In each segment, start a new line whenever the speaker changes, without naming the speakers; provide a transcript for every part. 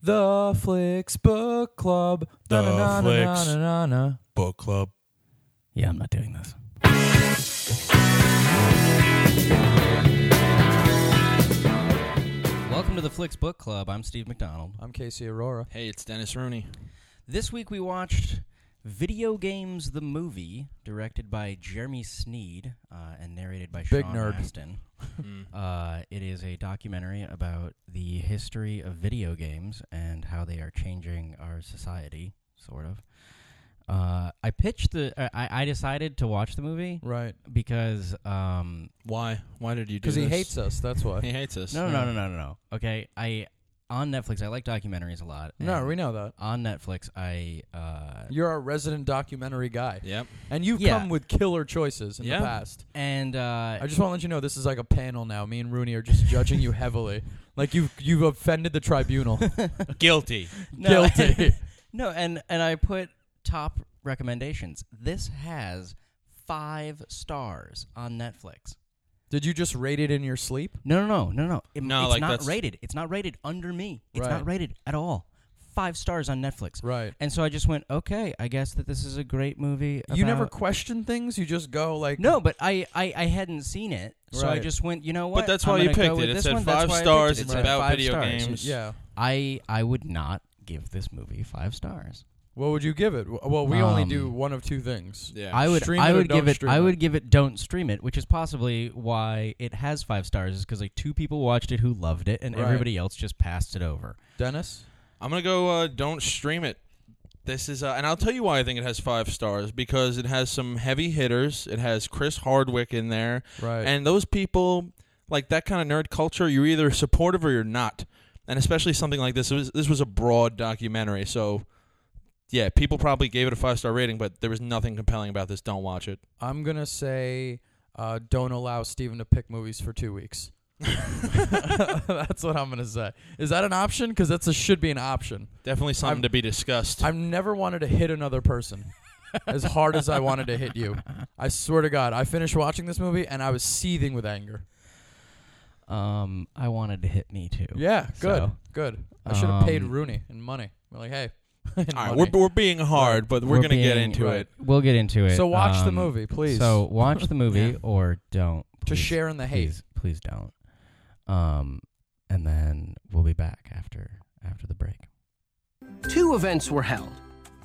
The Flicks Book Club.
The
Na-na-na-na-na-na-na.
Flicks. Book club.
Yeah, I'm not doing this.
Welcome to the Flicks Book Club. I'm Steve McDonald.
I'm Casey Aurora.
Hey, it's Dennis Rooney.
This week we watched Video Games the Movie, directed by Jeremy Sneed uh, and narrated by
Big
Sean
nerd.
Astin.
Mm.
Uh, it is a documentary about the history of video games and how they are changing our society, sort of. Uh, I pitched the. I- I, I decided to watch the movie
Right.
because um,
Why? Why did you do
Because
this?
he hates us, that's
He
why.
hates us. Hmm.
no, no, no, no, no, no. Okay, I on Netflix. I like documentaries a lot.
no,
and
we know that.
on Netflix. I uh,
You're our resident documentary guy.
Yep.
And you've
Yeah.
come with killer choices in
Yeah.
the past.
and uh,
I just want to let you know this is like a panel now. Me and Rooney are just judging you heavily. Like you've you've offended the tribunal.
Guilty.
no,
Guilty.
no, and and I put top recommendations. This has five stars on Netflix.
Did you just rate it in your sleep?
No, no, no, no, no. It-
No,
it's
like,
not
that's-
rated. It's not rated under me. It's
Right.
not rated at all. Five stars on Netflix.
Right.
And so I just went, okay, I guess that this is a great movie.
You never
about-
question things. You just go like,
No, but I, I, I hadn't seen it, so I
Right.
just went. You know
But
what?
that's
I'm
why you
gonna go
picked
with
it. It
this
said
one. That's
five
why I picked
stars.
it.
It's
Right.
about
Five
video
stars.
games.
Yeah.
I I would not give this movie five stars.
What would you give it? W- Well, we only
Um,
do one of two things.
Yeah.
I would
Stream
I
it or
would
don't
give it
stream
I
it.
would give it don't stream it, which is possibly why it has five stars is because like two people watched it who loved it and
Right.
everybody else just passed it over.
Dennis?
I'm gonna go. Uh, don't stream it. This is, uh, and I'll tell you why I think it has five stars because it has some heavy hitters. It has Chris Hardwick in there,
Right.
and those people like that kind of nerd culture. You're either supportive or you're not, and especially something like this. It was, this was a broad documentary, so yeah, people probably gave it a five star rating, but there was nothing compelling about this. Don't watch it.
I'm going to say uh, don't allow Steven to pick movies for two weeks. that's what I'm going to say. Is that an option? Because that should be an option.
Definitely something
I'm-
to be discussed.
I've never wanted to hit another person as hard as I wanted to hit you. I swear to God, I finished watching this movie and I was seething with anger.
Um, I wanted to hit me too.
Yeah, good,
So,
good. I should have paid
um,
Rooney in money. We're like, hey, in
All right,
money.
we're, we're being hard, but we're,
We're
gonna get
being-
into
right.
it.
We'll get into it.
so watch the
Um,
movie, please.
So watch the movie or don't.
to
please.
share in the hate.
Please, please don't. Um, and then we'll be back after after the break.
Two events were held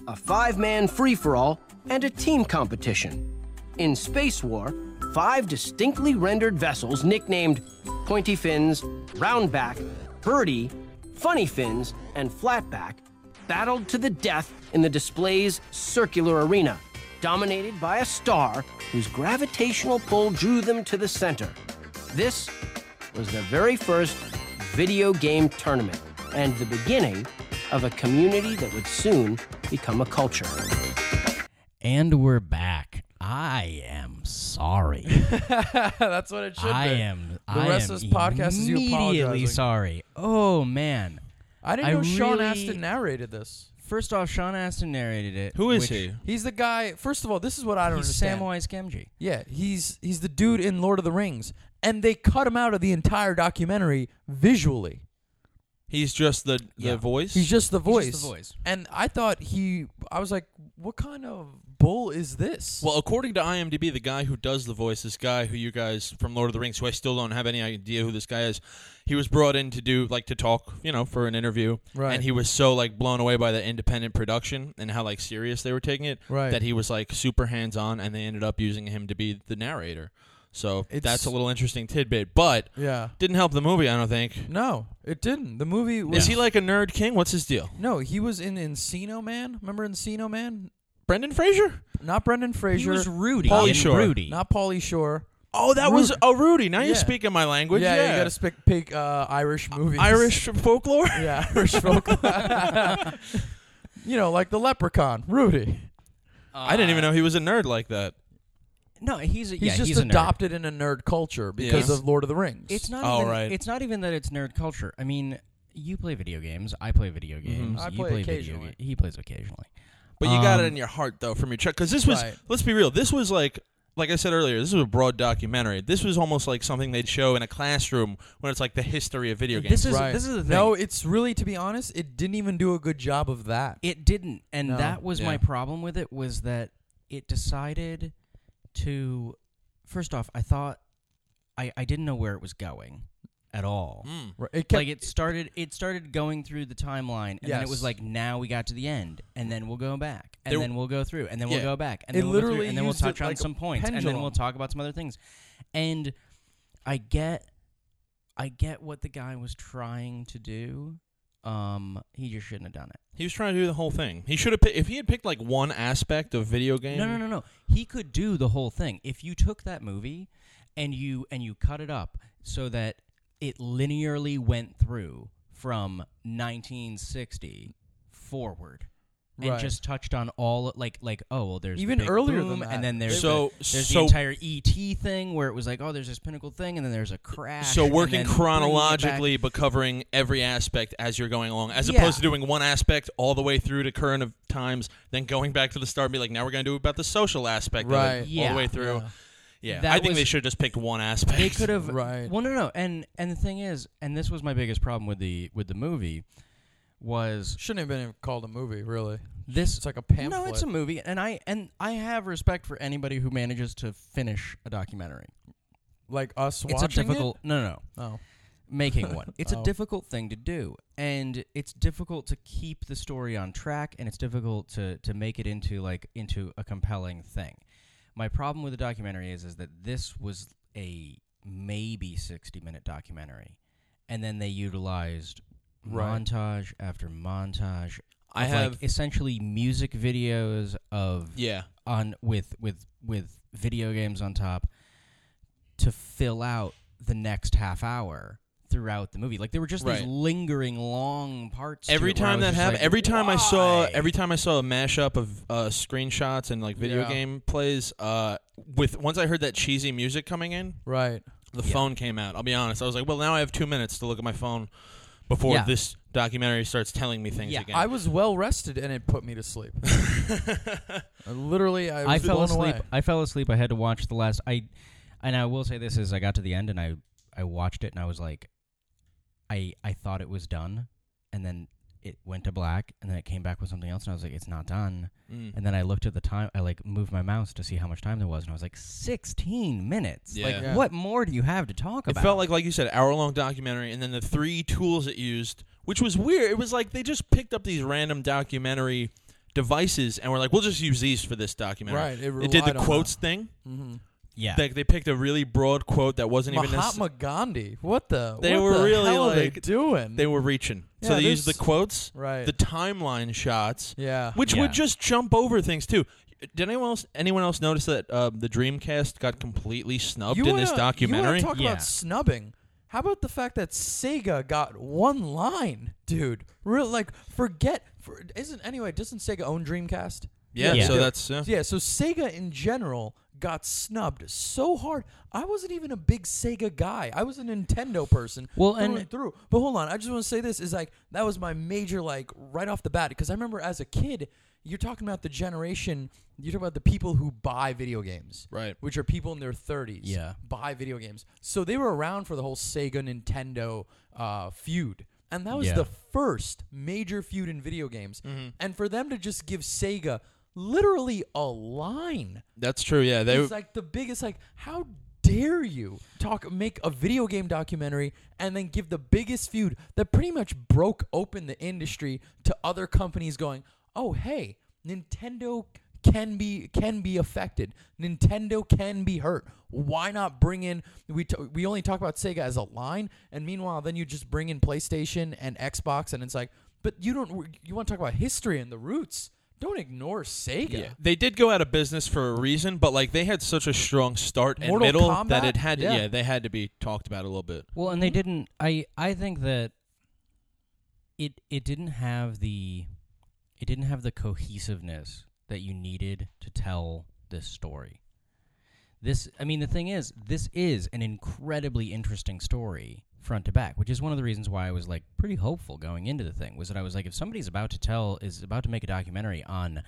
a five man free for all and a team competition. In Space War, five distinctly rendered vessels nicknamed Pointy Fins, Roundback, Birdie, Funny Fins, and Flatback battled to the death in the display's circular arena, dominated by a star whose gravitational pull drew them to the center. This was the very first video game tournament and the beginning of a community that would soon become a culture.
And we're back. I am sorry.
That's what it should
I
be.
am. The
rest of this podcast is you
immediately
apologizing.
sorry. Oh man.
I didn't
I
know Sean
really-
Astin narrated this.
First off, Sean Astin narrated it.
Who is
which-
he?
He's the guy. First of all, this is what I don't
He's
understand.
Samwise Gamgee.
Yeah, he's he's the dude in Lord of the Rings, and they cut him out of the entire documentary visually.
He's just the the
Yeah.
voice.
He's just the voice.
He's just the voice.
And I thought he. I was like, what kind of bull is this?
well, according to IMDb, the guy who does the voice, this guy who you guys from Lord of the Rings, who I still don't have any idea who this guy is, he was brought in to do like to talk, you know, for an interview,
Right.
And he was so like blown away by the independent production and how like serious they were taking it,
Right.
That he was like super hands on, and they ended up using him to be the narrator. So
It's-
that's a little interesting tidbit, but
yeah.
didn't help the movie, I don't think.
No, it didn't. The movie was.
Is he like a nerd king? What's his deal?
No, he was in Encino Man. Remember Encino Man?
Brendan Fraser?
Not Brendan Fraser.
He was Rudy.
Pauly
in
Shore.
Rudy.
Not Paulie Shore.
Oh, that was
Rudy.
oh Rudy. Now
Yeah.
you're speaking my language.
yeah,
Yeah,
you got to speak pick uh, Irish movies.
Irish folklore.
Yeah, Irish folklore. you know, like the leprechaun, Rudy.
I didn't even know he was a nerd like that.
No, he's a,
He's
yeah,
just
he's a nerd.
adopted in a nerd culture because
Yeah.
of Lord of the Rings.
It's not.
Oh,
even,
right.
It's not even that it's nerd culture. I mean, you play video games. I play video games.
I
you
play
video
occasionally.
ga- He plays occasionally.
But you got it
Um,
in your heart though from your check because this was.
Right.
Let's be real. This was like like I said earlier, this was a broad documentary. This was almost like something they'd show in a classroom when it's like the history of video games.
This is
right.
this is the thing.
No, it's really to be honest, it didn't even do a good job of that.
it didn't and
No.
that was
Yeah.
my problem with it was that it decided to first off i thought i i didn't know where it was going at all
Mm.
Right, it kept-
like it started it started going through the timeline and then it
Yes.
was like now we got to the end and then we'll go back and
There-
then we'll go through and then
Yeah.
we'll go back and
It
then we'll go through,
literally
and then we'll
used it
touch on
like a
some points and then we'll
pendulum.
talk about some other things and i get i get what the guy was trying to do um he just shouldn't have done it
He was trying to do the whole thing. He should have picked, if he had picked like one aspect of video game.
No, no, no, no. He could do the whole thing. If you took that movie and you and you cut it up so that it linearly went through from 1960 forward and
Right.
just touched on all like like oh well there's the
Even
Big
earlier than
boom,
that.
and then there's
So-
the, there's
so-
the entire ET thing where it was like oh there's this pinnacle thing and then there's a crash
So
and
working
then bringing it back.
chronologically, but covering every aspect as you're going along, as
Yeah.
opposed to doing one aspect all the way through to current of times, then going back to the start, and be like, now we're going to do about the social aspect,
Right.
Of it, all
Yeah.
the way through. Yeah,
That
I think
was-
they should have just picked one aspect.
they could have
Right.
well no no and and the thing is and this was my biggest problem with the with the movie was
shouldn't have been even called a movie, really.
this
It's like a pamphlet.
no it's a movie and i and i have respect for anybody who manages to finish a documentary
like us
it's a
watching
difficult no no no
it. Oh,
making one it's
Oh.
a difficult thing to do and it's difficult to keep the story on track and it's difficult to to make it into like into a compelling thing my problem with the documentary is is that this was a maybe 60 minute documentary and then they utilized
Right.
montage after montage
I
of,
have,
like essentially music videos of
yeah.
on with with with video games on top to fill out the next half hour throughout the movie. Like there were just
Right.
these lingering long parts. to
Every
it where I
time
was
that
just
happened,
like,
every time I saw,
"Why?"
every time I saw a mashup of uh, screenshots and like video
Yeah.
game plays, uh, with once I heard that cheesy music coming in,
right.
the
Yeah.
phone came out. I'll be honest. I was like, well, now I have two minutes to look at my phone before
Yeah.
this documentary starts telling me things
Yeah,
again.
I was well rested and it put me to sleep. Uh, Literally, I was
I fell
blown
asleep.
away.
I fell asleep. I had to watch the last. I and I will say this is I got to the end and I I watched it and I was like, I I thought it was done, and then it went to black and then it came back with something else and I was like, it's not done.
Mm.
And then I looked at the time. I like moved my mouse to see how much time there was and I was like, sixteen minutes. Like
Yeah.
Yeah.
what more do you have to talk
it
about?
felt like, like you said, hour long documentary, and then the three tools it used, which was weird. It was like they just picked up these random documentary devices and were like, we'll just use these for this documentary.
Right, it
did the
relied on
quotes thing.
Mm-hmm.
yeah.
They, they picked a really broad quote that wasn't even necessary.
Mahatma Gandhi. What the?
They
what
were
the
really
hell are they
like-
doing?
They were reaching. so
Yeah,
they used the
there's-
quotes,
right.
the timeline shots,
yeah.
which
Yeah.
would just jump over things too. Did anyone else anyone else notice that uh, the Dreamcast got completely snubbed
you
in this
wanna-
documentary?
You want to talk
Yeah.
about snubbing? How about the fact that Sega got one line, dude? Real like forget. For, isn't anyway? Doesn't Sega own Dreamcast?
yeah,
Yeah.
so
Yeah.
that's yeah.
Yeah, so Sega in general got snubbed so hard. I wasn't even a big Sega guy. I was a Nintendo person.
Well,
through
and-
through. But hold on, I just want to say this is like that was my major like right off the bat because I remember as a kid, you're talking about the generation, you're talking about the people who buy video games.
Right.
Which are people in their 30s
Yeah.
buy video games. So they were around for the whole Sega Nintendo uh, feud. And that was
Yeah.
the first major feud in video games. And for them to just give Sega literally a line
That's true. Yeah, they
is like the biggest like how dare you talk make a video game documentary and then give the biggest feud that pretty much broke open the industry to other companies going, "Oh, hey, Nintendo can be can be affected. Nintendo can be hurt. Why not bring in we t- we only talk about Sega as a line and meanwhile then you just bring in PlayStation and Xbox and it's like, "But you don't you want to talk about history and the roots. Don't ignore Sega."
yeah. they did go out of business for a reason, but like they had such a strong start and
Mortal
middle
Kombat?
that it had to, yeah.
Yeah.
they had to be talked about a little bit.
Well, and they didn't. I I think that it it didn't have the it didn't have the cohesiveness that you needed to tell this story. This I mean the thing is this is an incredibly interesting story front to back, which is one of the reasons why I was like pretty hopeful going into the thing was that I was like if somebody's about to tell is about to make a documentary on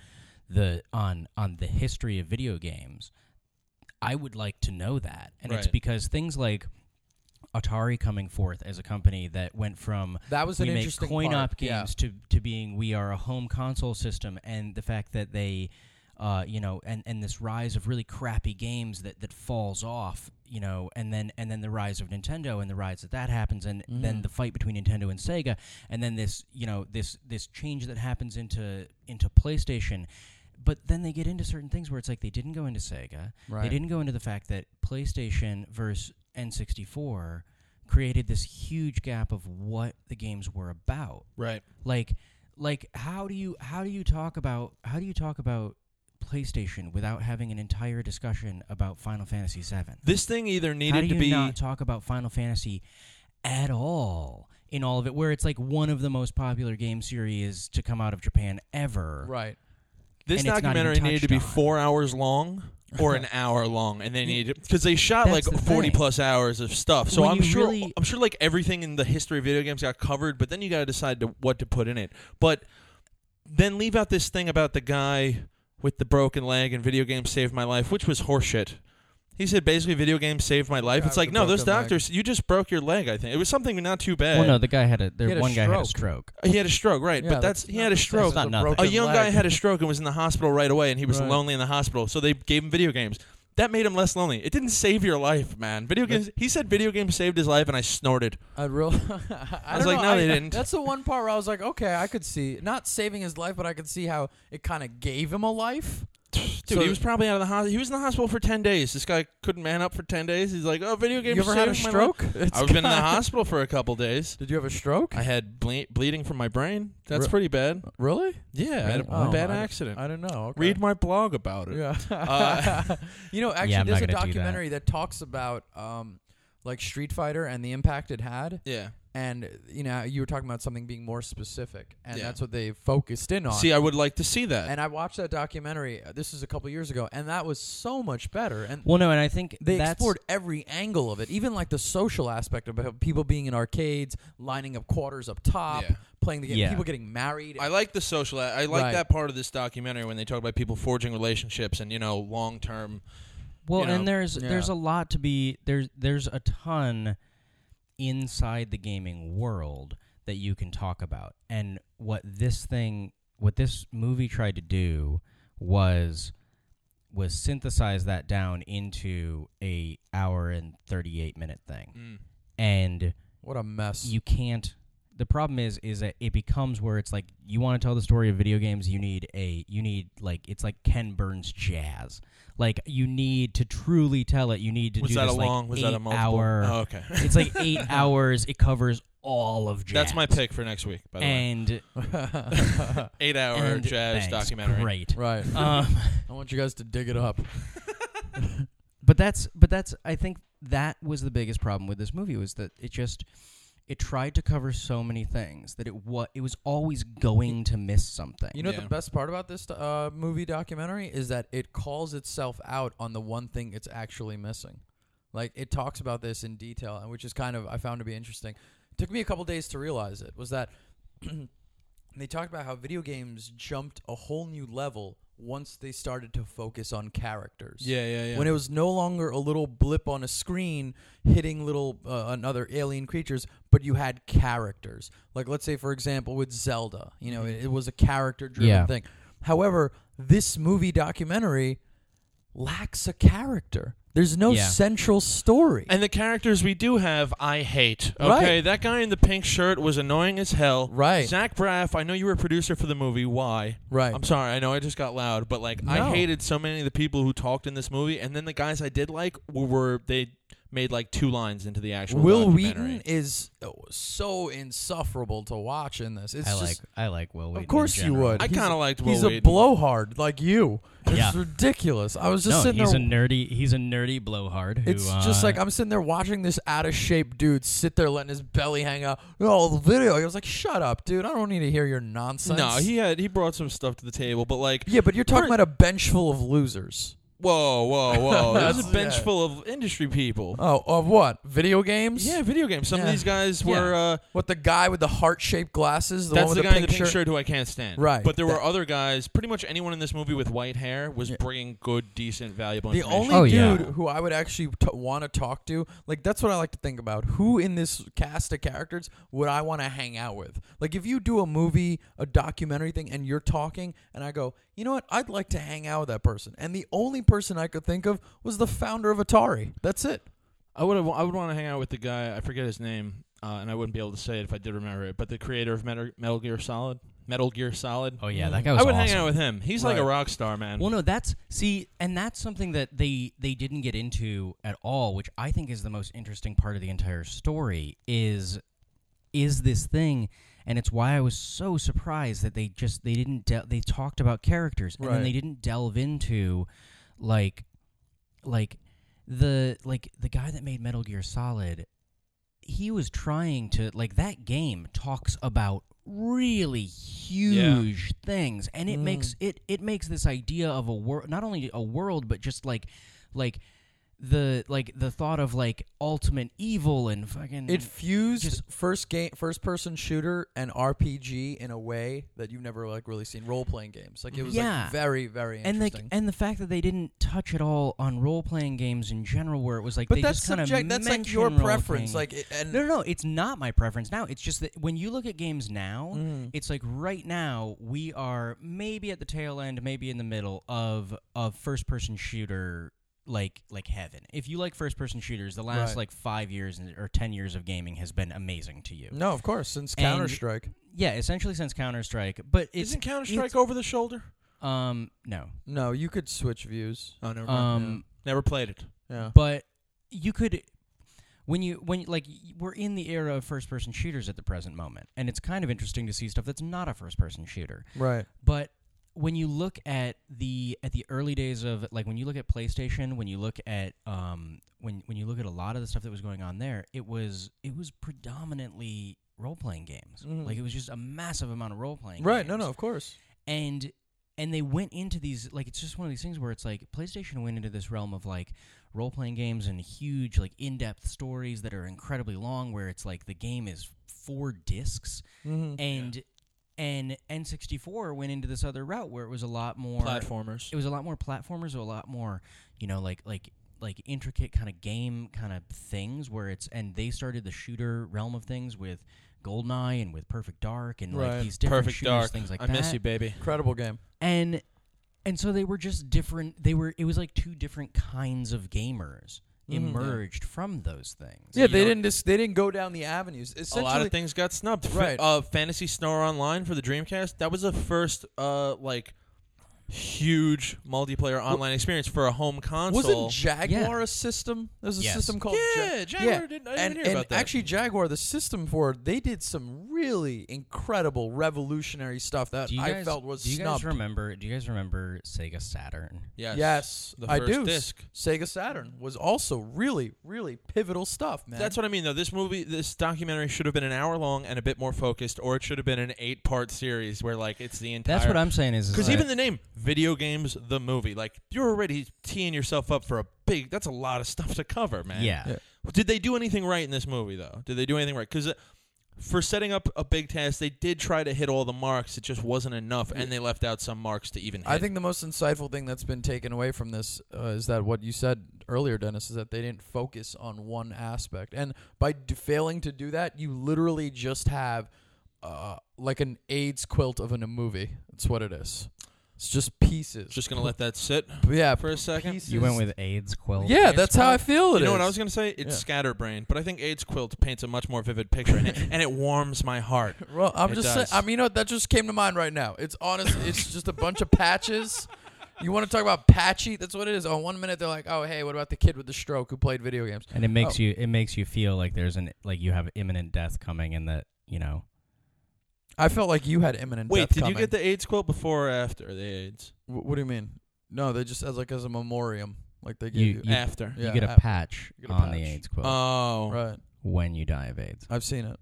the on on the history of video games I would like to know that. And it's
Right.
because things like Atari coming forth as a company that went from
That was
we
an
make
interesting
coin
part,
op
yeah.
games to to being we are a home console system and the fact that they uh, you know and, and this rise of really crappy games that, that falls off you know and then and then the rise of Nintendo and the rise that that happens and
Mm-hmm.
then the fight between Nintendo and Sega and then this you know this this change that happens into into PlayStation but then they get into certain things where it's like they didn't go into Sega
Right.
they didn't go into the fact that PlayStation versus N64 created this huge gap of what the games were about.
Right.
Like like how do you how do you talk about how do you talk about PlayStation without having an entire discussion about Final Fantasy 7?
This thing either
How do
needed
you
to be
not talk about Final Fantasy at all in all of it where it's like one of the most popular game series to come out of Japan ever.
Right.
this
and it's not even
documentary needed to be
touched on.
four hours long or an hour long, and they needed because they shot
That's
like
the
forty
thing.
plus hours of stuff. So
When
I'm
you
sure
really-
I'm sure like everything in the history of video games got covered, but then you got to decide to, what to put in it. But then leave out this thing about the guy with the broken leg and video games saved my life, which was horseshit. He said basically video games saved my life.
Guy
it's
with
like
the
no, those
broken leg.
doctors, you just broke your leg. I think it was something not too bad.
Well no, the guy had a there
He had a
one guy had a
stroke.
stroke.
he had a stroke, right?
Yeah,
but that's, he had a
not-
stroke.
That's not
a
nothing.
A
broken
young
leg.
guy had a stroke and was in the hospital right away, and he was
Right.
lonely in the hospital. So they gave him video games. That made him less lonely. It didn't save your life, man. Video games. He said video games saved his life, and I snorted.
I real. I,
was
don't
like,
know,
no, they
I-
didn't.
That's the one part where I was like, okay, I could see not saving his life, but I could see how it kind of gave him a life.
Dude,
So-
he was probably out of the hospital. He was in the hospital for ten days. This guy couldn't man up for ten days. He's like, oh, video games.
you ever had a
saved my life."
stroke? It's
I've been in the
kinda-
hospital for a couple days.
Did you have a stroke?
I had ble- bleeding from my brain. That's
Re- uh,
pretty bad.
really?
Yeah, I had a
Wow.
bad
I-
accident.
I don't know. Okay.
Read my blog about it.
Yeah.
Uh,
you know, actually,
Yeah, I'm
there's a
not gonna do that.
documentary that. talks about um, like Street Fighter and the impact it had,
Yeah.
and you know, you were talking about something being more specific, and
Yeah.
that's what they focused in on.
See, I would like to see that.
and I watched that documentary. uh, This is a couple years ago, and that was so much better. And
Well no, and I think
they
that's
explored every angle of it, even like the social aspect of it, people being in arcades, lining up quarters up top,
Yeah.
playing the game,
Yeah.
people getting married.
I like the social. I like
Right.
that part of this documentary when they talk about people forging relationships and you know long term.
Well,
you know?
and there's there's
Yeah.
a lot to be there's there's a ton inside the gaming world that you can talk about. And what this thing what this movie tried to do was was synthesize that down into a hour and 38 minute thing.
Mm.
And
what a mess.
you can't the problem is is that it becomes where it's like you want to tell the story of video games you need a you need like it's like ken burns jazz like you need to truly tell it you need to
Was
do
that a
this like
long? Was that a
eight
multiple?
hour
Oh, okay,
it's like eight hours it covers all of jazz
that's my pick for next week. By the way,
and
eight hour
and
jazz
thanks,
documentary.
great
right.
um
I want you guys to dig it up.
but that's but that's I think that was the biggest problem with this movie was that it just it tried to cover so many things that it what it was always going to miss something.
You know
Yeah.
the best part about this uh, movie documentary is that it calls itself out on the one thing it's actually missing. Like it talks about this in detail, and which is kind of I found to be interesting. took me a couple days to realize it was that they talked about how video games jumped a whole new level once they started to focus on characters.
Yeah, yeah, yeah.
When it was no longer a little blip on a screen hitting little uh, another alien creatures, but you had characters. Like let's say for example with Zelda, you know, it, it was a character driven
Yeah.
thing. However, this movie documentary lacks a character. There's no
Yeah.
central story.
and the characters we do have, I hate. Okay,
Right.
that guy in the pink shirt was annoying as hell.
Right.
Zach Braff. I know you were a producer for the movie. Why?
Right.
I'm sorry. I know I just got loud, but like
No.
I hated so many of the people who talked in this movie, and then the guys I did like were, were they made like two lines into the actual.
Will
documentary.
Wheaton is oh, so insufferable to watch in this. It's
I like
just,
I like Will. Wheaton
of
in
course you
general.
would.
I
He's
kinda
a-
liked
He's
Will
a
Wheaton.
blowhard like you. It's
Yeah.
ridiculous. I was just
no,
sitting
he's
there.
a nerdy. He's a nerdy blowhard. Who,
it's just
uh,
like I'm sitting there watching this out of shape dude sit there letting his belly hang out. Oh, the video. I was like, shut up, dude. I don't need to hear your nonsense.
No, he had he brought some stuff to the table, but like
Yeah, but you're talking
For-
about a bench full of losers.
Whoa, whoa, whoa! There's a
That's-
bench
yeah.
full of industry people.
Oh, of what? Video games?
yeah, video games. Some of
Yeah.
these guys
Yeah.
were. Uh,
What the guy with the heart shaped glasses? The
that's
one with
the
the
guy in
pink
the pink shirt.
shirt.
who I can't stand.
Right.
But there were
That-
other guys. Pretty much anyone in this movie with white hair was bringing good, decent, valuable.
The
information.
only
Oh, yeah.
dude who I would actually t- want to talk to, like that's what I like to think about. Who in this cast of characters would I want to hang out with? Like if you do a movie, a documentary thing, and you're talking, and I go, you know what? I'd like to hang out with that person. And the only person I could think of was the founder of Atari. That's it.
I would I would want to hang out with the guy. I forget his name, uh, and I wouldn't be able to say it if I did remember it. But the creator of Metal, Metal Gear Solid, Metal Gear Solid.
Oh yeah, that guy
I
was
would
awesome.
hang out with him. He's like a
Right.
rock star, man.
Well, no, that's see, and that's something that they they didn't get into at all, which I think is the most interesting part of the entire story is is this thing, and it's why I was so surprised that they just they didn't del they talked about characters and then
Right.
they didn't delve into like like the like the guy that made Metal Gear Solid he was trying to like that game talks about really huge things and it
Mm.
makes it it makes this idea of a world not only a world but just like like the like the thought of like ultimate evil and fucking
It fused
Mm. Just-
first game, first person shooter, and RPG in a way that you've never like really seen role playing games. Like it was
Yeah.
like very very
and
interesting.
like and the fact that they didn't touch at all on role playing games in general where it was like
but
they
that's
just kind of
subject. That's like your preference. Like it, and
No, no, no, it's not my preference now. It's just that when you look at games now, it's like right now we are maybe at the tail end, maybe in the middle of of first person shooter like like heaven. If you like first person shooters, the last
Right.
like 5 years and- or 10 years of gaming has been amazing to you.
No, of course, since
And-
Counter Strike.
Yeah, essentially since Counter-Strike, but it's
Isn't Counter Strike over the shoulder?
um no.
No, you could switch views.
Oh, never
Um
Never played it.
Yeah.
but you could when you when like y- we're in the era of first person shooters at the present moment and it's kind of interesting to see stuff that's not a first person shooter
Right.
but when you look at the at the early days of like when you look at PlayStation, when you look at um when when you look at a lot of the stuff that was going on there, it was it was predominantly role playing games. Like it was just a massive amount of role playing.
Mm-hmm. Right. No, no, of course.
And and they went into these like it's just one of these things where it's like PlayStation went into this realm of like role playing games and huge like in depth stories that are incredibly long where it's like the game is four discs
Mm-hmm.
and and N64 went into this other route where it was a lot more
Platformers.
It was a lot more platformers, a lot more, you know, like like like intricate kind of game kind of things where it's and they started the shooter realm of things with GoldenEye and with Perfect Dark and
Right.
like these different
Perfect
shooters,
Dark.
things like
I
that.
miss you, baby.
Incredible game.
And and so they were just different. They were it was like two different kinds of gamers emerged from those things.
Mm-hmm. Yeah, they didn't just they didn't go down the avenues.
A
Essentially,
lot of things got snubbed. F-
Right.
Uh, Fantasy Star Online for the Dreamcast. That was the first uh like huge multiplayer online experience for a home console.
Wasn't Jaguar a system? There's a
Yes.
system called
Yeah,
Ja-
Jaguar didn't- I didn't
and,
hear
and
about that.
Actually, Jaguar, the system for it, they did some really incredible, revolutionary stuff that
Do you
I
guys,
felt was
do you
snubbed.
guys remember? Do you guys remember Sega Saturn?
yes.
Yes,
The
I
first
do.
disc.
Sega Saturn was also really, really pivotal stuff, man.
That's what I mean, though. This movie, this documentary should have been an hour long and a bit more focused, or it should have been an eight part series where, like, it's the entire.
That's what I'm saying. Is is
Because
that-
even the name, Video Games, the movie, like, you're already teeing yourself up for a big. That's a lot of stuff to cover, man.
yeah.
Yeah.
Did they do anything right in this movie, though? Did they do anything right? Because uh, for setting up a big task, they did try to hit all the marks. It just wasn't enough, and they left out some marks to even hit.
I think the most insightful thing that's been taken away from this uh, is that what you said earlier, Dennis, is that they didn't focus on one aspect, and by d- failing to do that, you literally just have uh, like an AIDS quilt of in a movie. That's what it is. It's just pieces.
Just going to let that sit.
yeah,
for a second. You
You went with AIDS quill.
yeah. That's how I feel. It
You know what
is.
I was going to say? It's
Yeah.
scatterbrained, but I think AIDS Quilt paints a much more vivid picture, and it, and it warms my heart.
Well, I'm
It
just saying.
does.
I mean, you know, what, that just came to mind right now. It's honest. it's just a bunch of patches. You want to talk about patchy? That's what it is. On one minute they're like, "Oh, hey, what about the kid with the stroke who played video games?"
And it makes
Oh.
you it makes you feel like there's an like you have imminent death coming and that, you know.
I felt like you had imminent.
Wait,
death
did you
coming.
get the AIDS quilt before or after the AIDS?
Wh- What, do you mean? No, they just as like as a memoriam, like they give
You-
you.
you-
after.
Yeah,
you get a
ap-
patch
you get a
on the
Uh,
patch.
AIDS quill
Oh.
right,
when you die of AIDS.
I've seen it.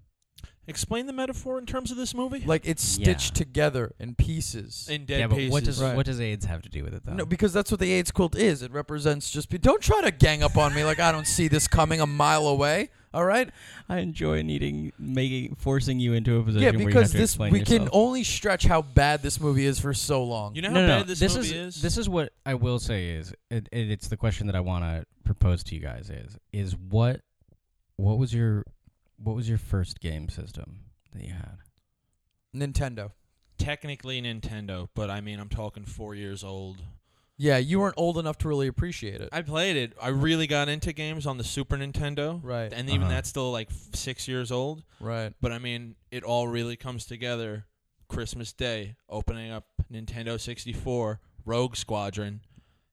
Explain the metaphor in terms of this movie.
Like it's stitched together in pieces.
in dead
yeah, but what
pieces.
does
Right.
what does AIDS have to do with it though?
No, because that's what the AIDS quilt is. It represents just. Be- don't try to gang up on me like I don't see this coming a mile away. All right.
I enjoy needing making forcing you into a position.
yeah,
where you
because
have to
this
explain
we
yourself.
can only stretch how bad this movie is for so long.
you know how
no, no,
bad
no.
this,
is
movie is?
this is what I will say is it, it, it's the question that I want to propose to you guys is is what what was your what was your first game system that you had?
Nintendo.
technically Nintendo, but I mean, I'm talking four years old.
Yeah, you weren't old enough to really appreciate it.
I played it. I really got into games on the Super Nintendo,
Right.
and even
Uh-huh.
that's still like f- six years old.
Right.
But I mean, it all really comes together. Christmas Day, opening up Nintendo 64, Rogue Squadron.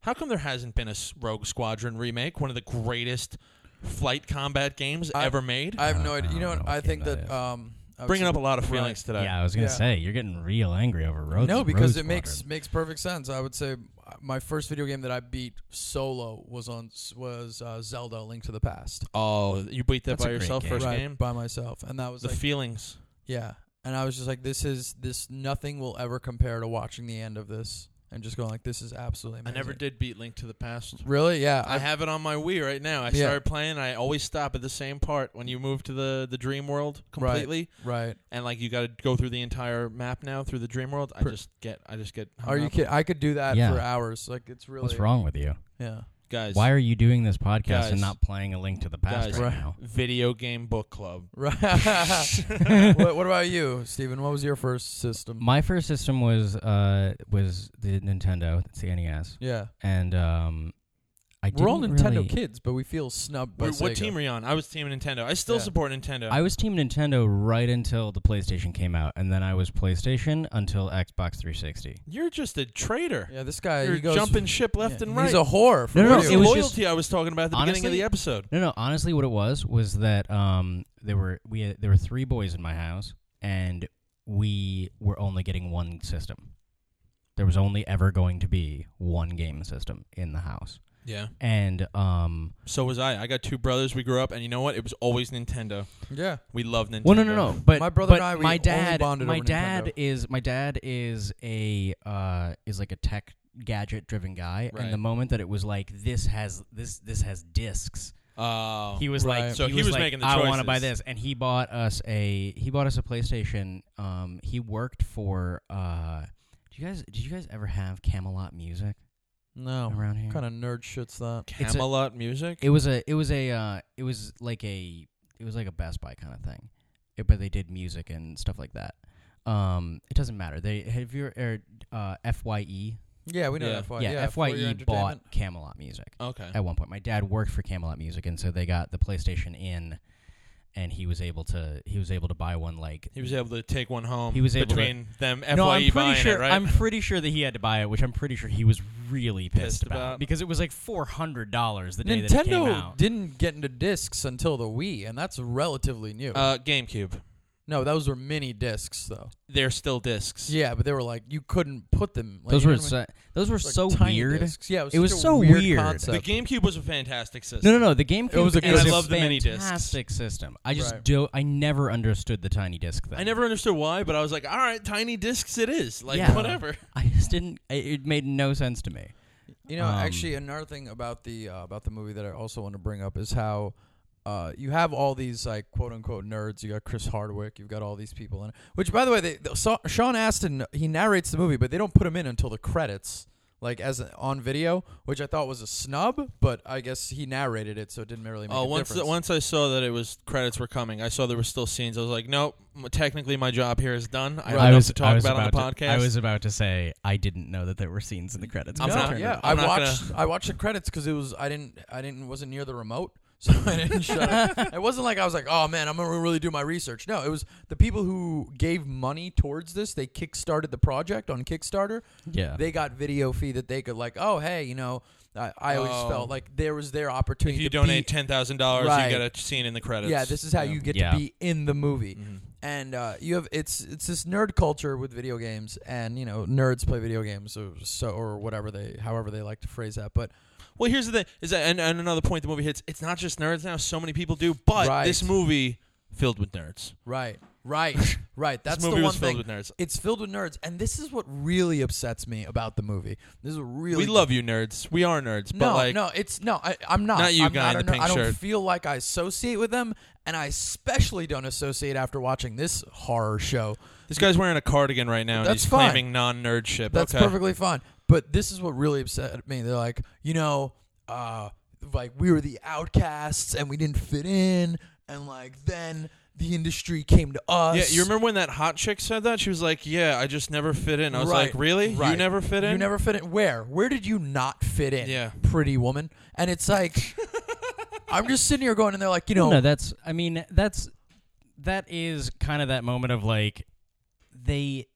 How come there hasn't been a s- Rogue Squadron remake? One of the greatest flight combat games
I-
ever made.
I have
I
no
don't-
idea.
I
You know
don't
what?
know
I
what
think
game
that,
that
um I
Bringing
was-
up a lot of feelings today.
yeah, I was gonna
yeah.
say you're getting real angry over roads.
no, because it makes makes perfect sense. I would say uh, my first video game that I beat solo was on was uh, Zelda: A Link to the Past.
Oh, you beat that
That's
by
a great
yourself
game.
first
right,
game.
by myself, and that was
The
like,
feelings.
yeah. And I was just like, this is this nothing will ever compare to watching the end of this, and just going like, this is absolutely.
I
Amazing.
never did beat Link to the Past.
Really? Yeah.
I have it on my Wii right now. I
Yeah.
started playing. And I always stop at the same part when you move to the the dream world
Right.
completely,
right.
and like you got to go through the entire map now through the dream world. I
Per-
just get, I just get. hung
Are you
up.
kidding? I could do that
Yeah.
for hours. Like it's really.
what's wrong with you?
Yeah.
guys?
Why are you doing this podcast
Guys.
and not playing a link to the past
Guys.
right,
Right.
now?
video game book club?
Right. what, what about you, Steven? What was your first system?
My first system was uh was the Nintendo. That's the NES,
yeah.
and um, I
We're all
didn't
Nintendo
really-
kids, but we feel snubbed by
Wait, what
Sega.
team are you on? I was team Nintendo. I still
Yeah.
support Nintendo.
I was Team Nintendo right until the PlayStation came out, and then I was PlayStation until Xbox 360.
You're just a traitor.
Yeah, this guy
You're
he goes
jumping ship left
Yeah,
and right.
He's a whore. For
No,
what
no,
Where's
he-
the
it was
loyalty
just-
I was talking about at the beginning of
Honestly-
the episode?
No, no. Honestly, what it was was that um, there were we had, there were three boys in my house, and we were only getting one system. There was only ever going to be one game system in the house,
Yeah.
and um,
So was I. I got two brothers. We grew up, and you know what? It was always Nintendo.
yeah.
We love Nintendo.
Well, no, no, no. But
My brother
but
and I, we
my
only
dad,
bonded
my
over
dad
Nintendo.
is my dad is a uh, is like a tech gadget driven guy,
Right.
and the moment that it was like this has this this has discs,
Oh.
he was
Right.
like,
So he
was,
was
like,
making the
I want to buy
choices.
this, and he bought us a he bought us a PlayStation. Um, he worked for. Uh, do you guys did you guys ever have Camelot Music
No.
around here?
What kind of nerd shit's that?
it's a-
Camelot music.
It was a it was a uh, it was like a it was like a Best Buy kind of thing, it, but they did music and stuff like that. Um, it doesn't matter. They have you er, uh, Fye
Yeah, we know
E, Yeah.
that. Fye.
yeah,
for your
Fye
entertainment.
bought Camelot Music
okay.
at one point. My dad worked for Camelot Music, and so they got the PlayStation in, and he was able to he was able to buy one like.
He was able to take one home.
He was able to-
between them. FYE
no, I'm pretty
E buying
sure.
It, right?
I'm pretty sure that he had to buy it, which I'm pretty sure he was really pissed,
Pissed
about,
about.
because it was like four hundred dollars the day that it came
Nintendo
out.
didn't get into discs until the Wii, and that's relatively new.
uh, GameCube.
no, those were mini discs, though.
They're still discs.
Yeah, but they were like you couldn't put them. Like,
those
you
were
know what I mean?
so, those were
Like
so
tiny
weird.
discs. Yeah, it was,
It was
such a
so
weird.
weird.
The
Concept.
GameCube was a fantastic system.
No, no, no. The GameCube
It was a good
is
system. I
love the mini discs.
fantastic system. I just
Right.
do. I never understood the tiny disc thing.
I never understood why, but I was like, all right, tiny discs it is. Like,
Yeah.
whatever.
I just didn't. It, it made no sense to me.
You know,
Um,
actually, another thing about the uh, about the movie that I also want to bring up is how uh, you have all these like quote unquote nerds. You got Chris Hardwick. You've got all these people in it. Which, by the way, they, they- so, Sean Astin he narrates the movie, but they don't put him in until the credits, like as a, on video, which I thought was a snub. But I guess he narrated it, so it didn't really make
Oh,
a
once
difference.
once I saw that it was credits were coming, I saw there were still scenes. I was like, nope, m- technically my job here is done. I have enough to talk about, on the podcast.
I was about to say I didn't know that there were scenes in the credits.
I'm
No,
but it
not-
turned
yeah,
out-
I
I'm not
watched I watched the credits because it was I didn't I didn't wasn't near the remote, so I didn't shut it. It wasn't like I was like, oh man, I'm gonna really do my research. No, it was the people who gave money towards this. They kickstarted the project on Kickstarter.
yeah.
They got video fee that they could like, oh hey, you know, I, I always
Oh.
felt like there was their
if
opportunity.
you
to
donate
be-
ten thousand dollars,
Right.
you get a scene in the credits.
yeah, this is how you get
Yeah.
to be in the movie.
Mhm.
And uh, you have it's it's this nerd culture with video games, and you know nerds play video games, or so or whatever they however they like to phrase that. But
Well, here's the thing: is that and, and another point the movie hits. It's not just nerds now; so many people do. But
Right.
this movie filled with nerds.
right, Right, right. That's
movie
the one
was filled
thing.
with nerds.
It's filled with nerds, and this is what really upsets me about the movie. This is what really
We love you, nerds. We are nerds.
No,
but like,
no, it's no. I, I'm not.
Not you,
I'm
guy
not
in
a
the
nerd.
pink
I don't
shirt.
feel like I associate with them, and I especially don't associate after watching this horror show.
this guy's wearing a cardigan right now. and
That's
he's
fine.
claiming non-nerdship.
That's
okay.
perfectly fine. But this is what really upset me. They're like, you know, uh, like we were the outcasts and we didn't fit in, and like then the industry came to us.
Yeah, you remember when that hot chick said that? She was like, "Yeah, I just never fit in." I was
Right,
like, "Really? You
right.
never fit in?"
You never fit in. Where? Where did you not fit in?
Yeah.
Pretty woman. And it's like, I'm just sitting here going, and they're like, you know,
No, that's. I mean, that's. That is kind of that moment of like, they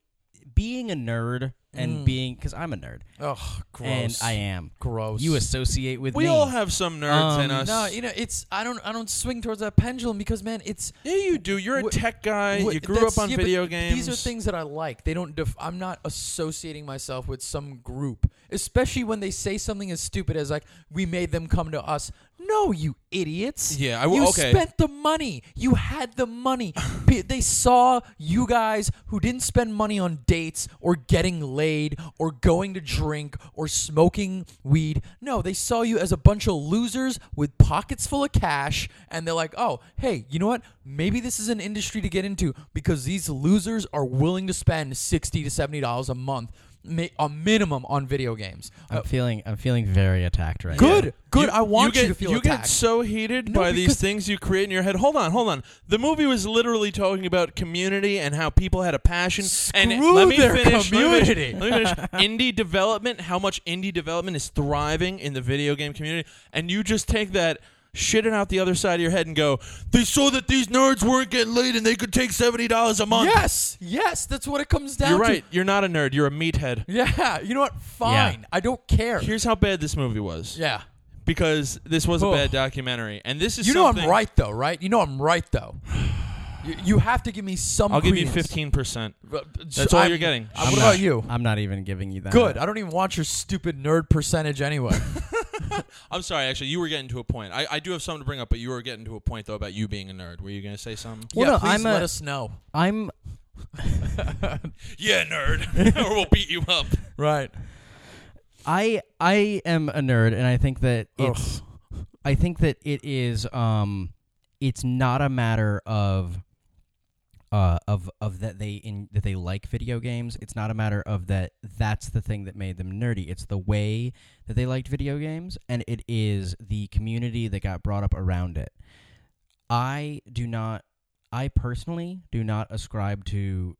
being a nerd
Mm.
and being because I'm a nerd
oh, gross.
and I am.
gross.
You associate with
We
me.
all have some nerds in
Um,
us.
No, you know, it's I don't I don't swing towards that pendulum because man, it's
yeah, you do. You're a
What-
tech guy.
Wha-
you grew
that's-
up on
yeah, but
video games.
These are things that I like. They don't. Def- I'm not associating myself with some group, especially when they say something as stupid as like, "We made them come to us." No, you idiots.
Yeah, I w-
you
okay.
spent the money. You had the money. P- they saw you guys who didn't spend money on dates or getting laid or going to drink or smoking weed. No, they saw you as a bunch of losers with pockets full of cash, and they're like, "Oh, hey, you know what? Maybe this is an industry to get into because these losers are willing to spend sixty to seventy dollars a month, ma- a minimum on video games."
uh,
I'm feeling. I'm feeling very attacked right now.
Good, good. I want you,
get,
to feel
You
attacked.
get so heated
No,
by these
because-
things you create in your head. Hold on, hold on. The movie was literally talking about community and how people had a passion. and
Screw
let me
their
finish,
community.
Let me finish, let me finish. indie development. How much indie development is thriving in the video game community? And you just take that. Shit it out the other side of your head and go. They saw that these nerds weren't getting laid and they could take seventy dollars a month.
Yes, yes, that's what it comes down
you're
to.
right. You're not a nerd. You're a meathead.
Yeah, you know what? Fine. I don't care.
Here's how bad this movie was.
yeah.
Because this was a
Oh.
bad documentary, and this is
You know I'm
something-
right though, right? You know I'm right though. You, you have to give me some.
I'll give you
credence.
fifteen percent.
But-
That's all
I'm-
you're getting.
uh,
I'm
what
not-
about you?
I'm not even giving you that.
Good. I don't even want your stupid nerd percentage anyway.
I'm sorry, actually, you were getting to a point. I, I do have something to bring up, but you were getting to a point though about you being a nerd. Were you gonna say something?
Well,
yeah,
no,
please
I'm a-
let us know.
I'm
Yeah, nerd, or we'll beat you up.
Right.
I I am a nerd, and I think that it's I think that it is um it's not a matter of uh of of that they in that they like video games. It's not a matter of that that's the thing that made them nerdy. It's the way that they liked video games, and it is the community that got brought up around it. I do not. I personally do not ascribe to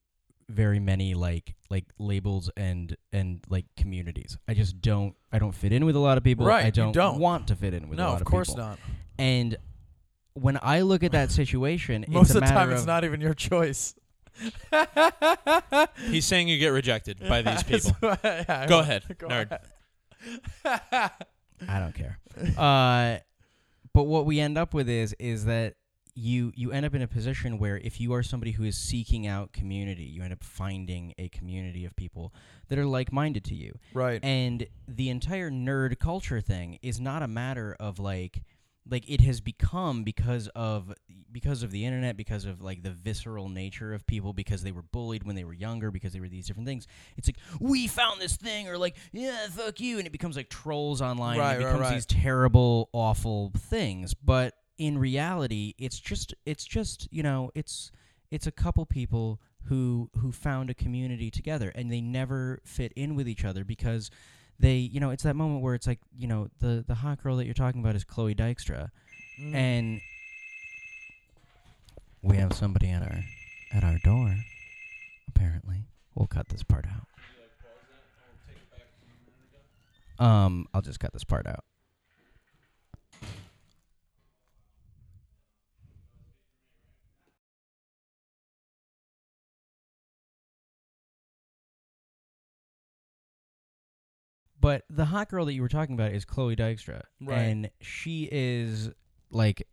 very many like like labels and and like communities. I just don't I don't fit in with a lot of people.
Right,
I
you
don't,
don't.
want to fit in with a
No,
lot
of
of
course
people.
not.
And when I look at that situation,
Most
it's a
of the
matter
time,
of
it's not even your choice.
He's saying you get rejected by these people.
Yeah,
Go
well,
ahead, nerd.
I don't care. uh, but what we end up with is is that you you end up in a position where if you are somebody who is seeking out community, you end up finding a community of people that are like minded to you.
Right.
And the entire nerd culture thing is not a matter of like like it has become because of because of the internet because of like the visceral nature of people because they were bullied when they were younger because they were these different things it's like we found this thing or like yeah fuck you and it becomes like trolls online
Right,
and it
right,
becomes
right.
these terrible awful things but in reality it's just it's just you know it's it's a couple people who who found a community together and they never fit in with each other because they you know it's that moment where it's like you know the the hot girl that you're talking about is Chloe Dykstra and we have somebody at our at our door apparently we'll cut this part out um I'll just cut this part out But the hot girl that you were talking about is Chloe Dykstra,
Right.
and she is like,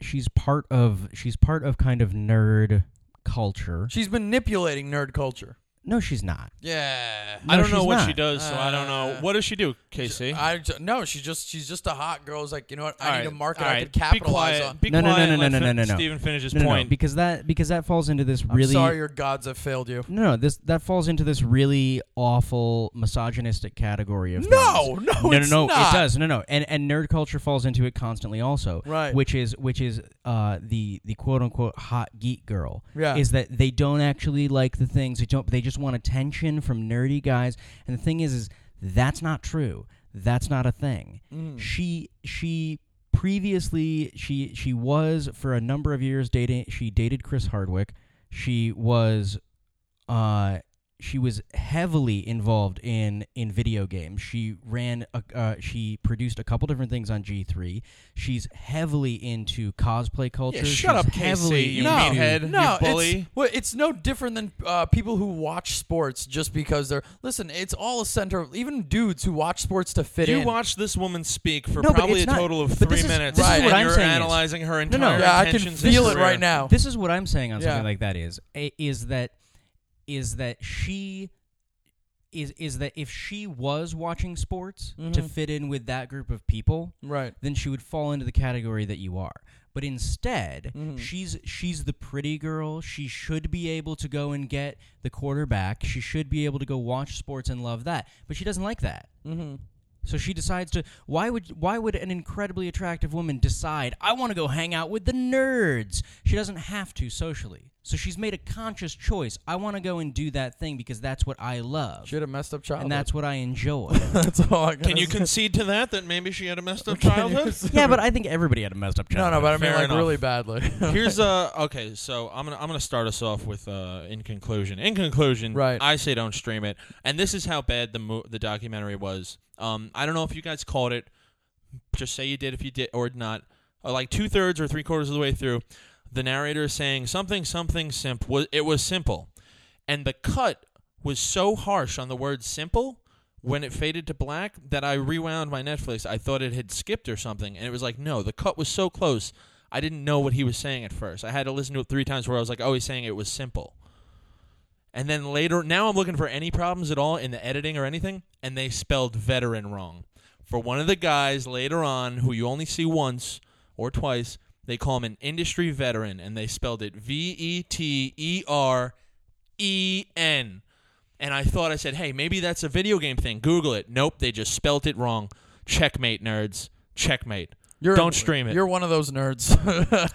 she's part of she's part of kind of nerd culture.
She's Mm. manipulating nerd culture.
No, she's not.
Yeah.
I don't
she's
know what she
not.
does, so I don't know.
Uh,
What does she do, KC?
I ju- no, she's just she's just a hot girl. who's like, you know what? I
All
need a
right,
market
all
I
right,
could capitalize
be quiet,
on.
Be
No, no, no,
quiet,
no,
let
no, no,
fin-
no, no.
Steven finish his
No, no, no,
point.
because that because that falls into this
I'm
really
sorry, your gods have failed you.
No, no, this that falls into this really awful misogynistic category of
No,
things.
no,
no,
it's
no,
not.
it does, no, no, and and nerd culture falls into it constantly also,
Right.
Which is which is uh the the quote unquote hot geek girl,
Yeah.
Is that they don't actually like the things they don't they just want attention from nerdy guys, and the thing is is that's not true. That's not a thing.
Mm.
She she previously she she was for a number of years dating she dated Chris Hardwick. She was uh, she was heavily involved in in video games. She ran, a, uh, she produced a couple different things on G three. She's heavily into cosplay culture.
Yeah, shut up,
She's heavily
KC. You
into-
No.
meathead.
No,
you bully.
It's, well, it's no different than uh, people who watch sports just because they're. Listen, it's all a center. Even dudes who watch sports to fit
You
in.
watched this woman speak for
No, but
probably
it's
a
not-
total of
but
three
this is-
minutes,
this
is
and
what
I'm
you're
saying is-
analyzing her
no.
entire
yeah, I can
attention
feel it
career.
right now.
This is what I'm saying on
Yeah.
something like that is i- is that is that she is is that if she was watching sports to
Mhm.
fit in with that group of people,
right.
then she would fall into the category that you are. But instead,
Mhm.
she's she's the pretty girl. She should be able to go and get the quarterback. She should be able to go watch sports and love that. But she doesn't like that.
Mm-hmm.
So she decides to why would why would an incredibly attractive woman decide I want to go hang out with the nerds? She doesn't have to socially. So she's made a conscious choice. I want to go and do that thing because that's what I love.
She had a messed up childhood.
and that's what I enjoy.
that's all. I gotta
Can you
say.
concede to that that maybe she had a messed up
Can you
childhood?
concede?
yeah, but I think everybody had a messed up
No,
childhood.
no, but I mean
Fair
like
enough.
really badly.
Here's uh okay, so I'm gonna I'm gonna start us off with uh in conclusion. In conclusion,
Right.
I say don't stream it, and this is how bad the mo- the documentary was. Um, I don't know if you guys caught it. Just say you did if you did or not. Uh, like two thirds or three quarters of the way through, the narrator is saying something something simp was it was simple, and the cut was so harsh on the word simple when it faded to black that I rewound my Netflix. I thought it had skipped or something, and it was like, no, the cut was so close. I didn't know what he was saying at first. I had to listen to it three times where I was like, oh, he's saying it was simple. And then later, now I'm looking for any problems at all in the editing or anything, and they spelled veteran wrong. For one of the guys later on, who you only see once or twice, they call him an industry veteran, and they spelled it V E T E R E N. And I thought, I said, hey, maybe that's a video game thing. Google it. Nope, they just spelt it wrong. Checkmate, nerds. Checkmate.
You're-
Don't stream it.
You're one of those nerds.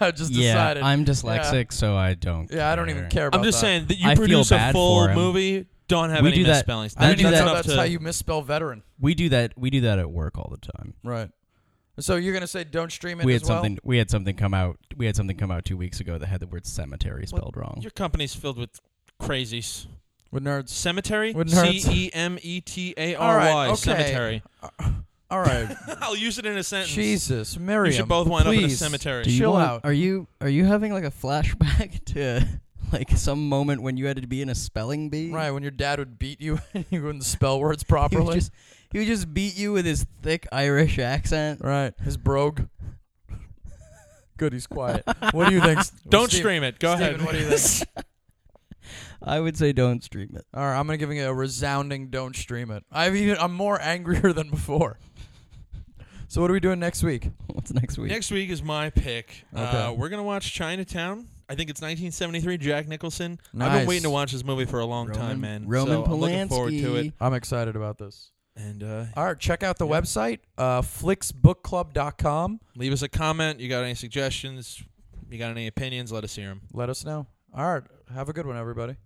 I just decided.
I'm dyslexic, so I don't.
Yeah, I don't even care about.
I'm just
that.
saying that you
I feel
produce a
bad
full
for him.
movie, don't have
We
any
do that-
misspellings.
I
I mean,
do
that's,
that
how,
enough
that's
to-
how you misspell veteran.
We do that. We do that at work all the time.
Right. So you're gonna say don't stream it
We had
as well?
something. We had something come out. We had something come out two weeks ago that had the word cemetery spelled wrong.
Your company's filled with crazies.
with nerds.
Cemetery?
With nerds.
C E M E T A
All
R
right,
Y.
okay.
Cemetery.
All right,
I'll use it in a sentence.
Jesus,
you
Miriam.
should both wind up in a
please.
cemetery.
Do you- Chill
wanna-
out.
Are you are you having like a flashback to like some moment when you had to be in a spelling bee?
Right when your dad would beat you and you wouldn't spell words
He would
properly.
just he would just beat you with his thick Irish accent.
right, his brogue. Good, he's quiet. What do you think? S-
Don't
Steve-
stream it. Go
Steven,
ahead.
What do you think?
I would say don't stream it.
All right, I'm gonna give you a resounding don't stream it. I've even I'm more angrier than before. So what are we doing next week?
What's next week?
Next week is my pick. Uh,
Okay.
we're going to watch Chinatown. I think it's 1973, Jack Nicholson. I've
Nice.
been waiting to watch this movie for a long time, man. so
Roman
I'm looking forward to it.
Polanski.
I'm excited about this.
And uh,
All right, check out the
Yeah.
website, uh, flicksbookclub.com.
leave us a comment. You got any suggestions? You got any opinions? Let us hear them.
Let us know. All right, have a good one, everybody.